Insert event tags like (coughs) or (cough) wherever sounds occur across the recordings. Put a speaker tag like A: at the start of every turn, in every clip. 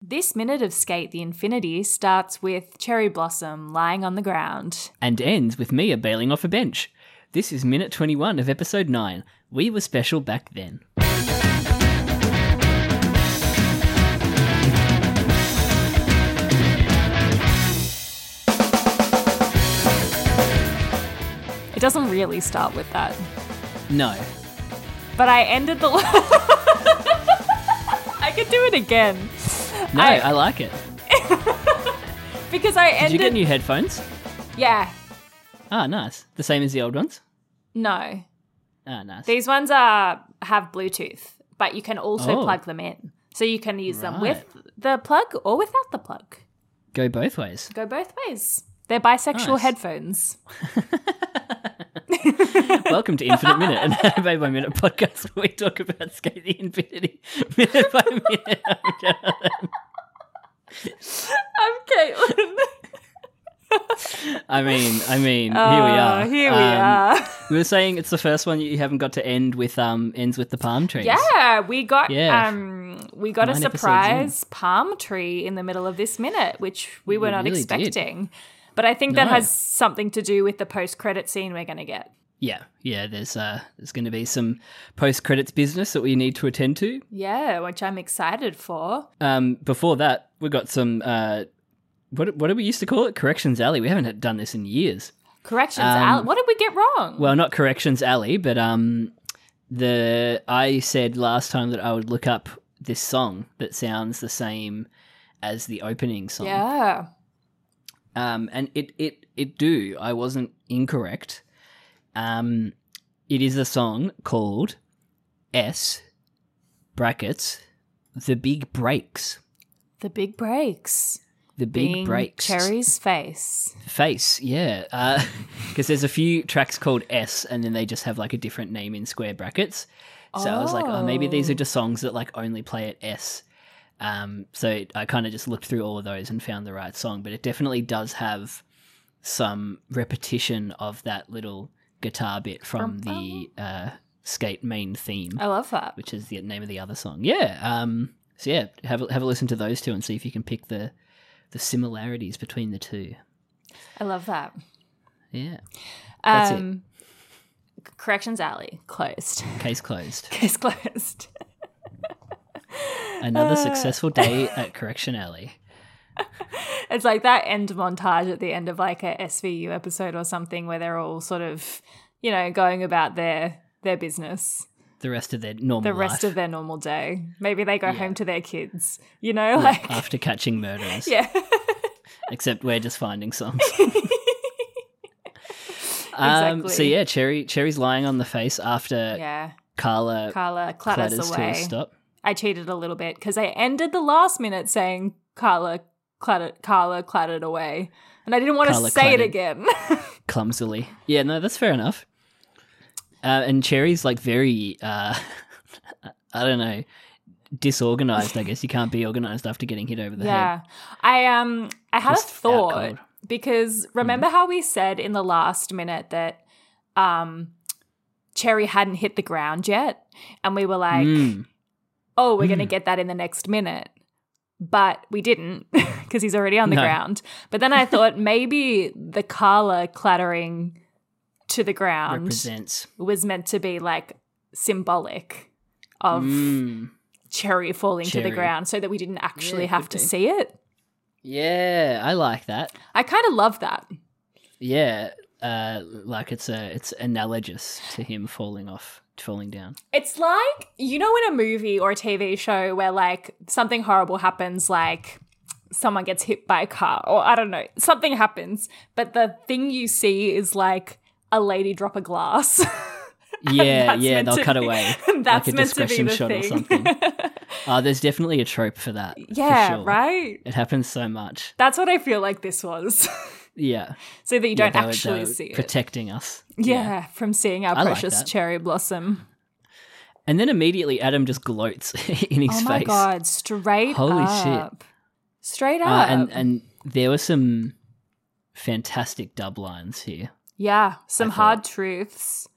A: This minute of Skate the Infinity starts with Cherry Blossom lying on the ground.
B: and ends with Mia bailing off a bench. This is minute 21 of episode 9. We were special back then.
A: It doesn't really start with that,
B: No.
A: but I ended the. (laughs) I could do it again
B: No,
A: I-
B: I, like it.
A: because I
B: Did you
A: ended.
B: get new headphones?
A: yeah,
B: Ah, nice. The same as the old ones?
A: no,
B: Ah, nice.
A: these ones are have Bluetooth, but you can also
B: Oh.
A: plug them in, so you can use them with
B: Right.
A: the plug or without the plug.
B: Go both ways.
A: Go both ways. They're bisexual
B: Nice.
A: headphones.
B: Welcome to Infinite Minute, an (laughs) anime by minute podcast where we talk about Skate the Infinity (laughs) minute by minute.
A: I'm Caitlin. (laughs)
B: I mean, I mean, here we are.
A: Uh, here we
B: Um,
A: are.
B: We were saying it's the first one you haven't got to end with, um, ends with the palm trees.
A: Yeah, we got
B: Yeah.
A: um we got a
B: Nine episodes
A: surprise palm tree in the middle of this minute, which we were not
B: really did.
A: expecting. But I think that
B: No.
A: has something to do with the post credit scene we're gonna get.
B: Yeah, yeah. There's uh, there's going to be some post credits business that we need to attend to.
A: Yeah, which I'm excited for.
B: Um, before that, we got some uh, what what do we used to call it? Corrections alley. We haven't done this in years.
A: Corrections, Al what did we get wrong?
B: Um, Well, not corrections alley, but um, the I said last time that I would look up this song that sounds the same as the opening song.
A: yeah.
B: um, and it it it do. I wasn't incorrect. Um, it is a song called S brackets the big breaks.
A: The big breaks.
B: The big
A: being
B: breaks.
A: Cherry's face.
B: face, (laughs) yeah. Because there's a few tracks called S, and then they just have like a different name in square brackets. So I was like, oh, maybe these
A: Oh.
B: are just songs that like only play at S. Um, so it- I kind of just looked through all of those and found the right song, but it definitely does have some repetition of that little guitar bit from the uh, skate main theme,
A: I love that.
B: which is the name of the other song. Yeah. Um, so yeah, have a, have a listen to those two and see if you can pick the the similarities between the two.
A: I love that.
B: Yeah. That's it.
A: Um Corrections Alley closed. (laughs)
B: Case closed.
A: Case closed. Uh.
B: Another successful day at Correction Alley.
A: It's like that end montage at the end of like a SVU episode or something where they're all sort of, you know, going about their their business,
B: The rest of their normal
A: the rest
B: life
A: of their normal day. Maybe they go home to their kids, you know,
B: (laughs)
A: like
B: after catching murderers.
A: yeah.
B: (laughs) Except we're just finding
A: (laughs)
B: songs. Um, so
A: Exactly.
B: yeah, Cherry Cherry's lying on the face after
A: (laughs) yeah.
B: Carla
A: Carla clatters
B: clatters Uh, to a
A: away.
B: stop.
A: I cheated a little bit because I ended the last minute saying Carla clatter Carla clattered away. And I didn't want to
B: Carla
A: say it
B: clattered.
A: again.
B: clumsily. Yeah, no, that's fair enough. Uh, and Cherry's like very, uh, (laughs) I don't know, disorganized. I guess you can't be organized after getting hit over the
A: (laughs)
B: head.
A: yeah. I um I had
B: Just
A: a
B: out
A: thought
B: cold.
A: because
B: Mm-hmm.
A: remember how we said in the last minute that um Cherry hadn't hit the ground yet and we were like
B: Mm.
A: oh we're going to get that in the next minute but we didn't (laughs) because he's already on the
B: No.
A: ground but then I
B: (laughs)
A: thought maybe the Carla clattering to the ground
B: represents.
A: was meant to be like symbolic of
B: Mm.
A: Cherry falling to the
B: Cherry.
A: ground so that we didn't actually
B: it
A: have to
B: could be.
A: see it
B: Yeah, I like that.
A: I kind of love that
B: Yeah, uh, like it's a it's analogous to him falling off, falling down.
A: It's like, you know, in a movie or a TV show where like something horrible happens, like someone gets hit by a car, or I don't know, something happens, but the thing you see is like a lady drop a glass. (laughs) (laughs)
B: yeah,
A: That's
B: yeah,
A: meant
B: they'll
A: to
B: cut
A: be- (laughs)
B: away.
A: That's
B: like a
A: meant to be
B: discretion
A: the
B: shot
A: thing.
B: or
A: (laughs)
B: something. Uh, there's definitely a trope for that. for
A: yeah,
B: sure.
A: right?
B: It happens so much.
A: That's what I feel like this was. (laughs)
B: Yeah.
A: so that you
B: Yeah,
A: don't
B: they were- they
A: actually
B: were
A: see it.
B: Protecting us.
A: yeah, from seeing our
B: I like
A: precious
B: that.
A: cherry blossom.
B: And then immediately Adam just gloats (laughs) in his
A: oh my
B: face.
A: god, straight
B: Holy shit.
A: up. Straight
B: Uh,
A: up.
B: and and there were some fantastic dub lines here.
A: yeah, some
B: thought-
A: hard truths.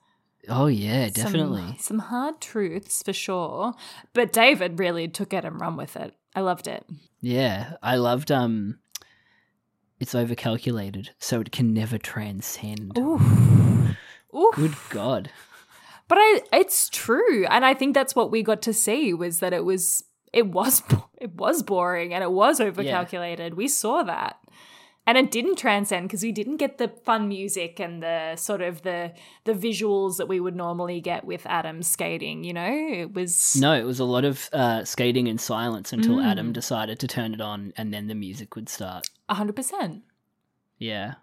B: Oh yeah,
A: Some- Some,
B: definitely.
A: hard truths for sure. But David really took it and run with it. I loved it.
B: Yeah, I loved um it's overcalculated, so it can never transcend.
A: Ooh. Ooh.
B: Good god.
A: But I it's true. And I think that's what we got to see was that it was it was (laughs) bo- it was boring and it was overcalculated. We saw that. And it didn't transcend because we didn't get the fun music and the sort of the the visuals that we would normally get with Adam skating, you know? It was
B: No, it was a lot of uh, skating in silence until
A: Mm.
B: Adam decided to turn it on and then the music would start.
A: 100%.
B: Yeah.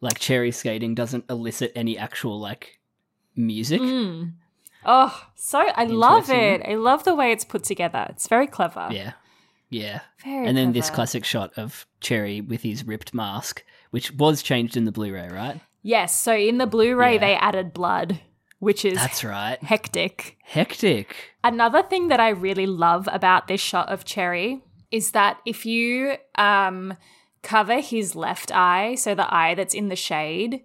B: Like cherry skating doesn't elicit any actual like music.
A: Mm. Oh, so I love it.
B: Interesting.
A: I love the way it's put together. It's very clever.
B: Yeah. Yeah.
A: Very
B: and then this
A: clever.
B: classic shot of Cherry with his ripped mask, which was changed in the Blu-ray, right?
A: Yes, so in the Blu-ray
B: Yeah.
A: they added blood, which is
B: That's right.
A: hectic.
B: Hectic.
A: Another thing that I really love about this shot of Cherry is that if you um, cover his left eye, so the eye that's in the shade,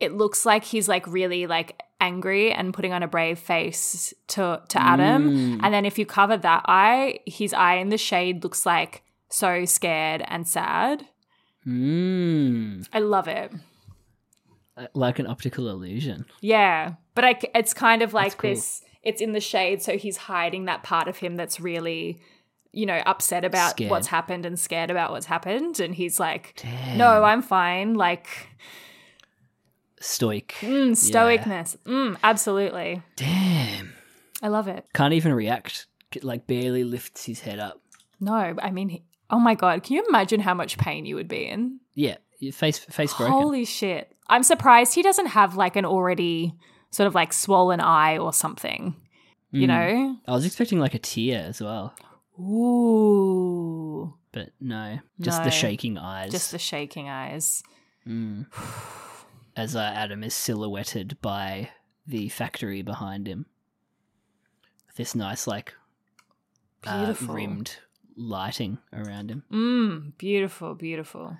A: it looks like he's like really like angry and putting on a brave face to to Adam.
B: Mm.
A: And then if you cover that eye, his eye in the shade looks like so scared and sad.
B: Mm.
A: I love it.
B: Uh, Like an optical illusion.
A: Yeah, but I, c- it's kind of like
B: That's cool.
A: this. It's in the shade, so he's hiding that part of him that's really, you know, upset about
B: Scared.
A: what's happened and scared about what's happened, and he's like,
B: Damn.
A: "No, I'm fine." Like
B: stoic.
A: mm, stoicness. Mm, absolutely,
B: Damn.
A: I love it.
B: Can't even react. It, Like barely lifts his head up.
A: No, I mean, he- oh my god, can you imagine how much pain you would be in?
B: Yeah. your Face face broken.
A: Holy shit! I'm surprised he doesn't have like an already sort of like swollen eye or something. You
B: Mm.
A: know?
B: I was expecting like a tear as well,
A: Ooh.
B: but no. Just
A: No.
B: the shaking eyes.
A: Just the shaking
B: (sighs)
A: eyes.
B: Mm. As uh, Adam is silhouetted by the factory behind him. This nice, like, uh,
A: Beautiful.
B: rimmed lighting around him.
A: Mm, beautiful, beautiful.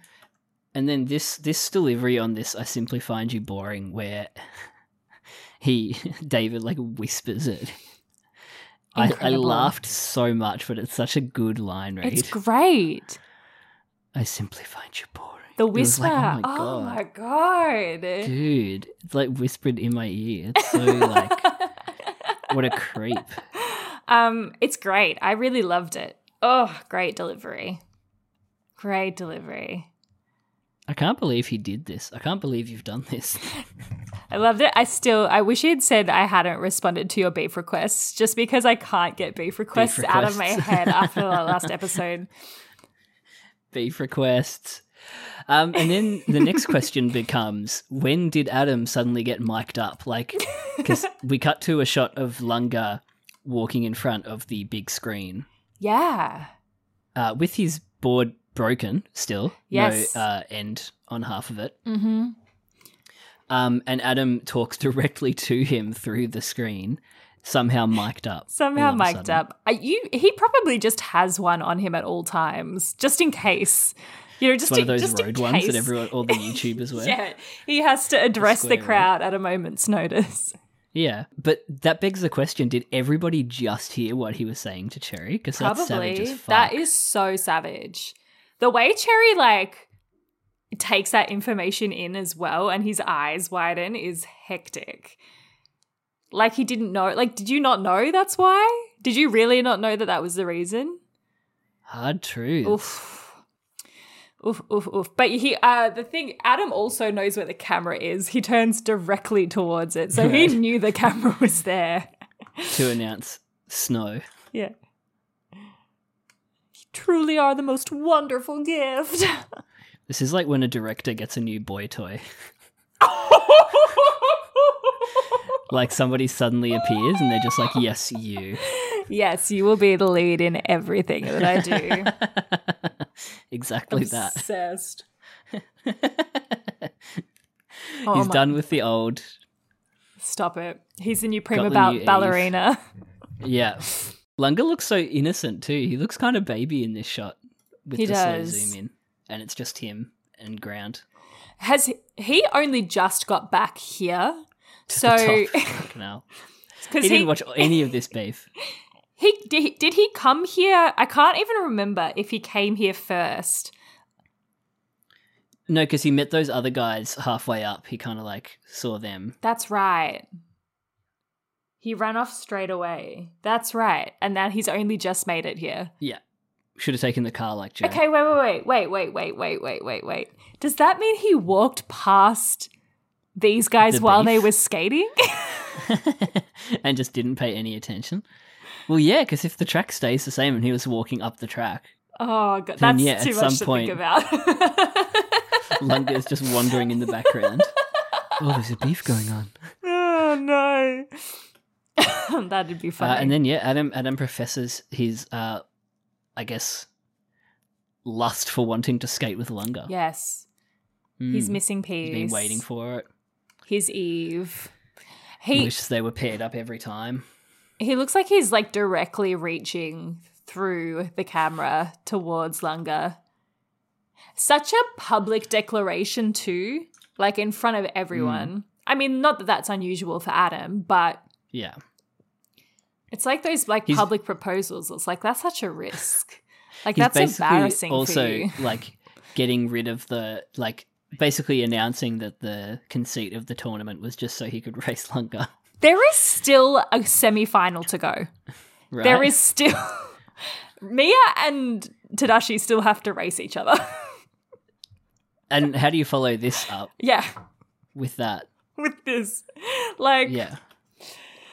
B: And then this this delivery on this I simply find you boring where (laughs) he (laughs) David like whispers it. I, I
A: Incredible.
B: laughed so much, but it's such a good line read.
A: It's great.
B: I simply find you boring.
A: The
B: It was
A: whisper.
B: like, oh my god.
A: oh my god.
B: Dude, it's like whispered in my ear. It's so
A: (laughs)
B: like what a creep.
A: um, it's great. I really loved it. Oh, great delivery. Great delivery.
B: I can't believe he did this. I can't believe you've done this.
A: I loved it. I still I wish he'd said I hadn't responded to your beef requests just because I can't get beef requests, out of my
B: requests.
A: head
B: (laughs)
A: after the last episode.
B: Beef requests. Um, and then
A: (laughs)
B: the next question becomes when did Adam suddenly get mic'd up? Like, because we cut to a shot of Lunga walking in front of the big screen
A: Yeah.
B: uh, with his board broken still.
A: Yes.
B: No uh, end on half of it.
A: Mm-hmm.
B: Um, and Adam talks directly to him through the screen, somehow mic'd up.
A: Somehow
B: all of a
A: mic'd
B: sudden.
A: up. Are you he probably just has one on him at all times, just in case. You know, just
B: It's one
A: in,
B: of those
A: just in
B: road ones that
A: case.
B: everyone, all the
A: (laughs)
B: YouTubers wear.
A: Yeah, he has to address the
B: square road.
A: crowd at a moment's notice.
B: Yeah, but that begs the question: Did everybody just hear what he was saying to Cherry? Because that's savage as
A: Probably.
B: fuck.
A: That is so savage. The way Cherry like takes that information in as well and his eyes widen is hectic. Like he didn't know. Like did you not know that's why? Did you really not know that that was the reason?
B: hard truth.
A: Oof. Oof, oof, oof. But he, uh, the thing, Adam also knows where the camera is. He turns directly towards it. So he
B: (laughs) Right.
A: knew the camera was there.
B: To announce snow.
A: Yeah. You truly are the most wonderful gift. (laughs)
B: This is like when a director gets a new boy toy. Like somebody suddenly appears and they're just like, "Yes, you."
A: (laughs) Yes, you will be the lead in everything that I do. (laughs)
B: (laughs) exactly that.
A: Obsessed. (laughs) Oh
B: He's
A: my-
B: done with the old.
A: Stop it. He's the new prima
B: the
A: ba-
B: new Eve.
A: ballerina.
B: Yeah. Lunga looks so innocent too. He looks kind of baby in this shot with
A: He
B: the
A: does.
B: slow zoom in, and it's just him and ground.
A: Has he, he only just got back
B: (laughs)
A: here? So,
B: Top
A: (laughs)
B: fucking hell.
A: because
B: he
A: he,
B: didn't watch any of this beef.
A: (laughs) he did, he- did he come here? I can't even remember if he came here first.
B: No, because he met those other guys halfway up. He kind of like saw them.
A: That's right. He ran off straight away. That's right. And now he's only just made it here.
B: Yeah, should have taken the car like Joe.
A: Okay, wait, wait, wait, wait, wait, wait, wait, wait, wait, wait. Does that mean he walked past these guys
B: The
A: while they
B: beef?
A: were skating?
B: (laughs)
A: (laughs)
B: and just didn't pay any attention. Well, yeah, because if the track stays the same and he was walking up the track,
A: oh, God,
B: Then,
A: that's
B: yeah,
A: too
B: at
A: much
B: some
A: to
B: point-
A: think
B: (laughs)
A: about. (laughs)
B: Lunga is just wandering in the
A: (laughs)
B: background. oh, there's a beef going on.
A: oh no, (coughs) that'd be
B: Uh,
A: funny.
B: and then yeah, Adam Adam professes his, uh, I guess, lust for wanting to skate with Lunga.
A: yes, he's
B: Mm.
A: missing peas.
B: He's been waiting for it.
A: his Eve.
B: He
A: He
B: wishes they were paired up every time.
A: He looks like he's like directly reaching through the camera towards Lunga. Such a public declaration, too, like in front of
B: Mm.
A: everyone. I mean, not that that's unusual for Adam, but
B: Yeah.
A: it's like those like
B: He's-
A: public proposals. It's like that's such a
B: (laughs)
A: risk. Like
B: He's
A: that's
B: basically
A: embarrassing
B: also
A: for you.
B: like getting rid of the like basically announcing that the conceit of the tournament was just so he could (laughs) race longer.
A: There is still a semi-final to go.
B: Right?
A: There is still (laughs) Mia and Tadashi still have to race each other. (laughs)
B: And how do you follow this up
A: yeah,
B: with that?
A: with this, like
B: Yeah.
A: (sighs)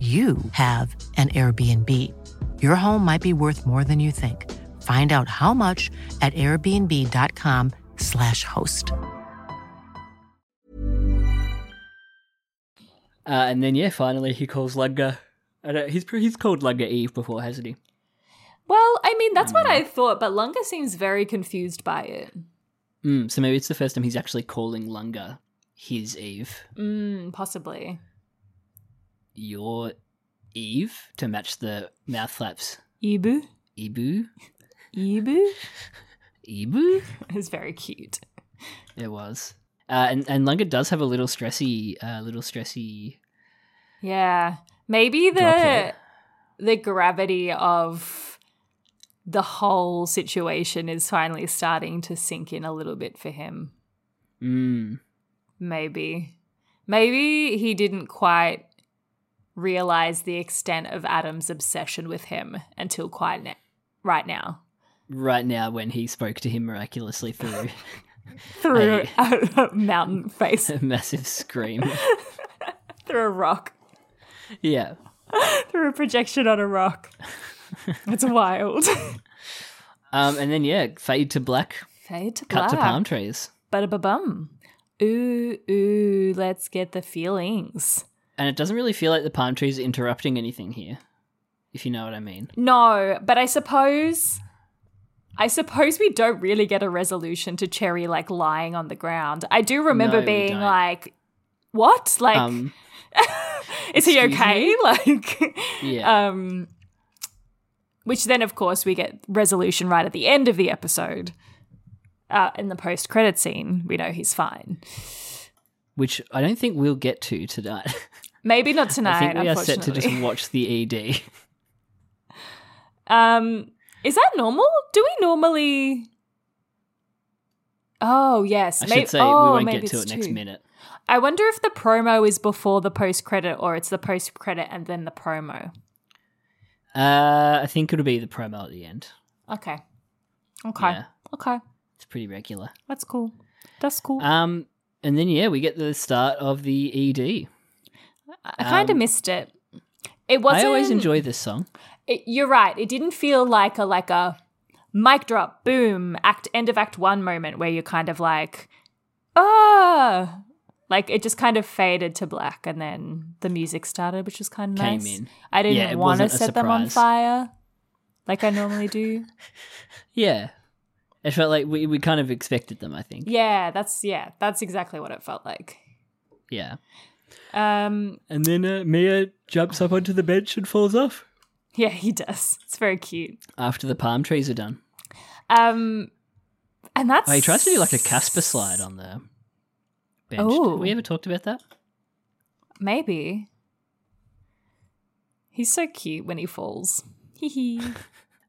C: you have an Airbnb. Your home might be worth more than you think. Find out how much at airbnb.com/slash host.
B: Uh, and then yeah, finally he calls Lunga. I don't, he's he's called Lunga Eve before, hasn't he?
A: Well, I mean, that's what I thought, but Lunga seems very confused by it.
B: Mm, so maybe it's the first time he's actually calling Lunga his Eve,
A: Mm, possibly.
B: your Eve, to match the mouth flaps.
A: Ibu?
B: Ibu,
A: Ibu?
B: Ibu.
A: (laughs) It's very cute.
B: It was. Uh, and and Lunga does have a little stressy, uh, little stressy.
A: Yeah. Maybe the
B: Droplet.
A: the gravity of the whole situation is finally starting to sink in a little bit for him.
B: Mm,
A: Maybe. Maybe he didn't quite realize the extent of Adam's obsession with him until quite na- right now.
B: right now, when he spoke to him
A: (laughs)
B: miraculously through
A: Through
B: Hey.
A: a mountain (laughs) face,
B: a massive scream,
A: through a rock,
B: yeah.
A: through a projection on a rock. It's wild.
B: Um, and then yeah, fade to black,
A: (laughs) Fade to black.
B: cut to palm trees,
A: Bada ba bum. Ooh, ooh, let's get the feelings.
B: and it doesn't really feel like the palm trees are interrupting anything here, if you know what I mean.
A: No, but I suppose I suppose we don't really get a resolution to Cherry like lying on the ground. I do remember
B: No, we
A: being
B: don't.
A: like, "What? Like,
B: Um,
A: is he
B: excuse
A: okay?"
B: me?
A: (laughs) Like,
B: yeah.
A: um, which then of course we get resolution right at the end of the episode. Uh, in the post credit scene, we know he's fine.
B: which I don't think we'll get to tonight. (laughs)
A: Maybe not tonight.
B: I think we are set
A: unfortunately.
B: to just watch the E ED.
A: Um, is that normal? Do we normally? Oh yes,
B: I
A: May-
B: should say
A: oh,
B: we won't
A: maybe
B: get to
A: it's
B: it next
A: two.
B: minute.
A: I wonder if the promo is before the post credit, or it's the post credit and then the promo.
B: Uh, I think it'll be the promo at the end.
A: Okay, okay,
B: Yeah.
A: okay.
B: It's pretty regular.
A: That's cool. That's cool.
B: Um, and then yeah, we get the start of the E ED.
A: I kind of
B: um,
A: missed it. It wasn't.
B: I always enjoy this song.
A: It, you're right. It didn't feel like a like a mic drop, boom, act end of act one moment where you're kind of like, ah, like it just kind of faded to black, and then the music started, which was kind of
B: Came
A: nice.
B: in.
A: I didn't
B: Yeah, it
A: want to
B: wasn't a
A: set them on
B: surprise.
A: fire, like I normally do.
B: Yeah, it felt like we we kind of expected them. I think.
A: yeah, that's yeah, that's exactly what it felt like.
B: Yeah.
A: Um,
B: And then uh, Mia jumps up onto the bench and falls off
A: yeah, he does. It's very cute.
B: after the palm trees are done.
A: Um, and that's
B: Oh, he tries to do like a Casper slide on the bench.
A: Oh.
B: Have we ever talked about that?
A: Maybe. He's so cute when he falls. Hee
B: (laughs)
A: hee.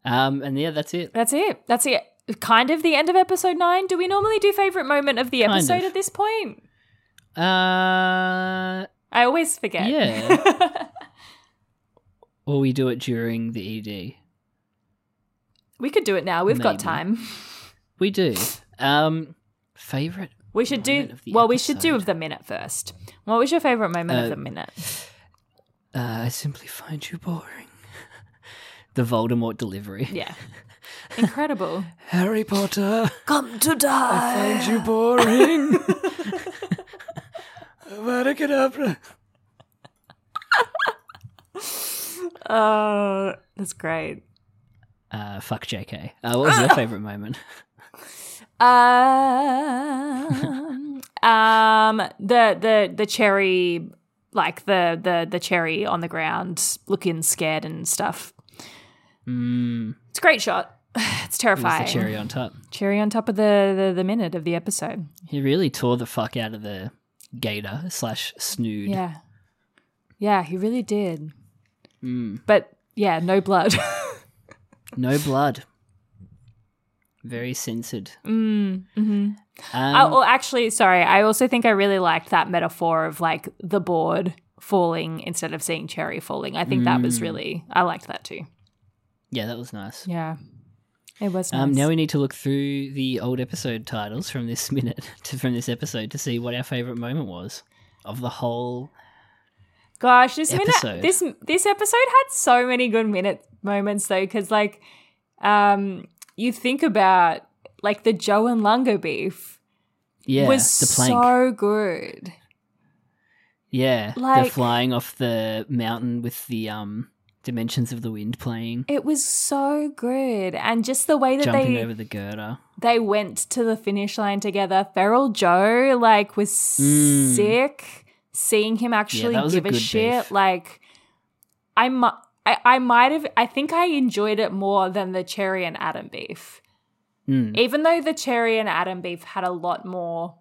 B: Um, and yeah, that's it.
A: That's it. That's it. Kind of the end of episode nine. Do we normally do favorite moment of the
B: Kind
A: episode
B: of.
A: at this point?
B: Uh,
A: I always forget.
B: Yeah. or we do it during the E ED.
A: (laughs) we could do it now. We've got
B: Maybe.
A: time.
B: We do. Um, favorite.
A: We should do.
B: Moment of the
A: Well, we should do
B: episode.
A: the minute first. What was your favorite moment
B: Uh,
A: of the minute?
B: (laughs) Uh, I simply find you boring. (laughs) the Voldemort delivery.
A: Yeah. Incredible.
B: Harry Potter.
A: Come to die. (laughs)
B: you boring. Abracadabra.
A: Oh, that's great.
B: Uh, fuck JK. Uh, what was your
A: Ah!
B: favorite moment?
A: Um, um, the the the cherry, like the the the cherry on the ground, looking scared and stuff.
B: Mm,
A: It's a great shot. (sighs) It's
B: it was
A: terrifying.
B: the cherry on top.
A: Cherry on top of the, the the minute of the episode.
B: He really tore the fuck out of the gator slash snood.
A: Yeah, yeah, he really did.
B: Mm,
A: But yeah, no blood. (laughs)
B: no blood. Very censored.
A: mm, hmm
B: Um,
A: oh, well, actually, sorry. I also think I really liked that metaphor of like the board falling instead of seeing cherry falling. I think that was
B: Mm.
A: really I liked that too.
B: yeah, that was nice.
A: Yeah. It was nice.
B: Um, now we need to look through the old episode titles from this (laughs) minute to from this episode to see what our favorite moment was of the whole.
A: Gosh, this minute,
B: Episode.
A: this this episode had so many good minute moments though, because like, um, you think about like the Joe and Lungo beef
B: Yeah,
A: was
B: the plank.
A: so good.
B: yeah,
A: like-
B: they're flying off the mountain with the um dimensions of the wind playing,
A: It was so good, and just the way that
B: jumping
A: they
B: over the girder.
A: they went to the finish line together. Feral Joe like was
B: Mm.
A: sick. Seeing him actually
B: that was a
A: give a,
B: good
A: shit,
B: beef.
A: like I mu- I, I might have I think I enjoyed it more than the cherry and Adam beef.
B: Mm,
A: Even though the cherry and Adam beef had a lot more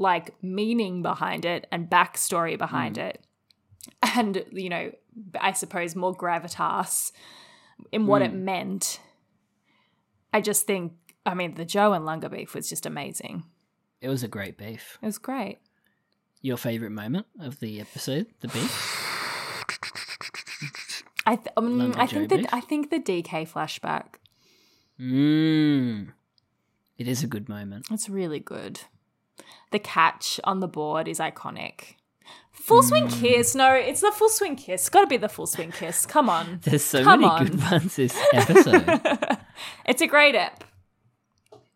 A: like meaning behind it and backstory behind
B: Mm.
A: it. And you know, I suppose more gravitas in what
B: Mm.
A: it meant. I just think I mean the Joe and Lunga beef was just amazing.
B: it was a great beef.
A: It was great.
B: Your favorite moment of the episode, the beef.
A: I th- um,
B: Lunga
A: I think
B: Joe
A: that
B: beef?
A: I think the DK flashback.
B: Mm, it is a good moment.
A: It's really good. The catch on the board is iconic. Full swing
B: Mm.
A: kiss. No, it's the full swing kiss. Got to be the full swing kiss. Come
B: (laughs)
A: on.
B: There's so
A: Come
B: many
A: on.
B: good ones this episode.
A: (laughs) It's a great ep.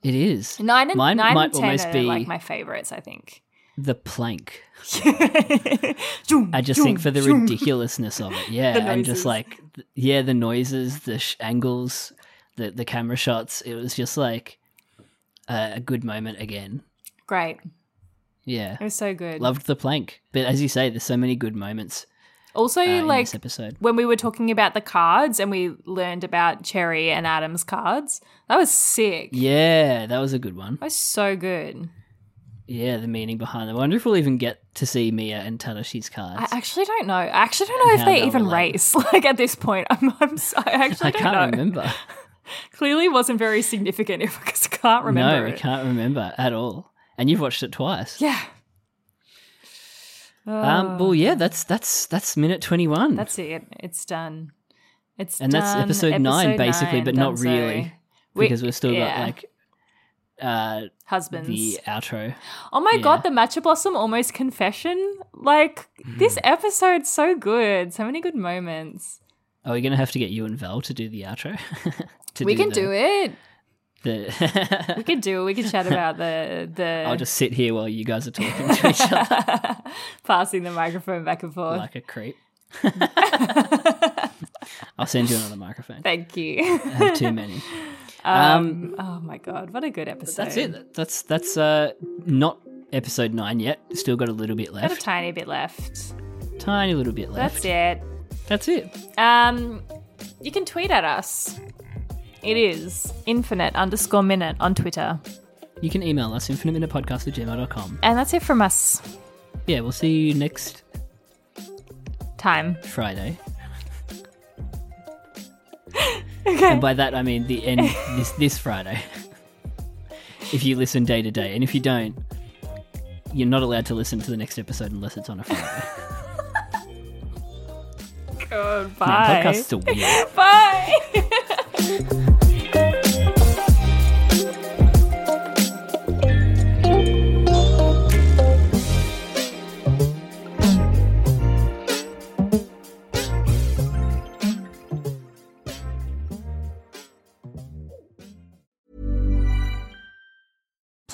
B: it is.
A: Nine and
B: Mine
A: nine
B: might
A: and ten
B: almost
A: are
B: be
A: like my favorites. I
B: (laughs)
A: think.
B: the plank. I just think for
A: (laughs)
B: the ridiculousness of it, yeah, and just
A: noises.
B: like th- yeah, the noises, the sh- angles, the the camera shots. It was just like a, a good moment again.
A: Great.
B: Yeah,
A: It was so good.
B: loved the plank. But as you say, there's so many good moments
A: also,
B: uh, in
A: like
B: this episode.
A: when we were talking about the cards and we learned about Cherry and Adam's cards, that was sick.
B: Yeah, that was a good one.
A: That was so good.
B: Yeah, the meaning behind it. I wonder if we'll even get to see Mia and Tanashi's cards.
A: I actually don't know. I actually don't know
B: And
A: if
B: how
A: they
B: they'll
A: even
B: relate.
A: race. (laughs) Like at this point, I'm. I'm s- I actually
B: I
A: don't
B: can't
A: know. (laughs)
B: remember. (laughs)
A: Clearly, wasn't very significant if because I can't remember.
B: no,
A: it.
B: I can't remember at all. And you've watched it twice.
A: Yeah. Uh,
B: Um, well, yeah, that's that's that's minute twenty one.
A: That's it. It's done. It's
B: And
A: done.
B: that's episode nine, basically, but not
A: done,
B: really,
A: We-
B: because we, have still
A: yeah.
B: got like uh,
A: husbands.
B: the outro.
A: oh my
B: yeah. Hmm.
A: god, the matcha blossom almost confession. Like this episode's so good. So many good moments.
B: Are we gonna have to get you and Val to do the outro? (laughs) to
A: we can do it.
B: The...
A: (laughs)
B: (laughs)
A: We can do it. We can chat about the the.
B: I'll just sit here while you guys are talking to
A: (laughs)
B: each other
A: passing the microphone back and forth.
B: like a creep. (laughs) I'll send you another microphone.
A: Thank
B: (laughs)
A: you.
B: I have too many.
A: (laughs) Um, oh my god, what a good episode!
B: That's it. That's that's uh not episode nine yet. Still got a little bit
A: Got a
B: left.
A: tiny bit left.
B: Tiny little bit left.
A: That's it.
B: That's it.
A: Um, you can tweet at us. It is infinite underscore minute on Twitter. You
B: You can email us infiniteminutepodcast at gmail.com.
A: And that's it from us.
B: Yeah, we'll see you next
A: Time.
B: Friday.
A: Okay.
B: And by that I mean the end this this Friday. if you listen day to day. And if you don't, you're not allowed to listen to the next episode unless it's on a Friday.
A: Goodbye.
B: Podcasts are weird.
A: Bye.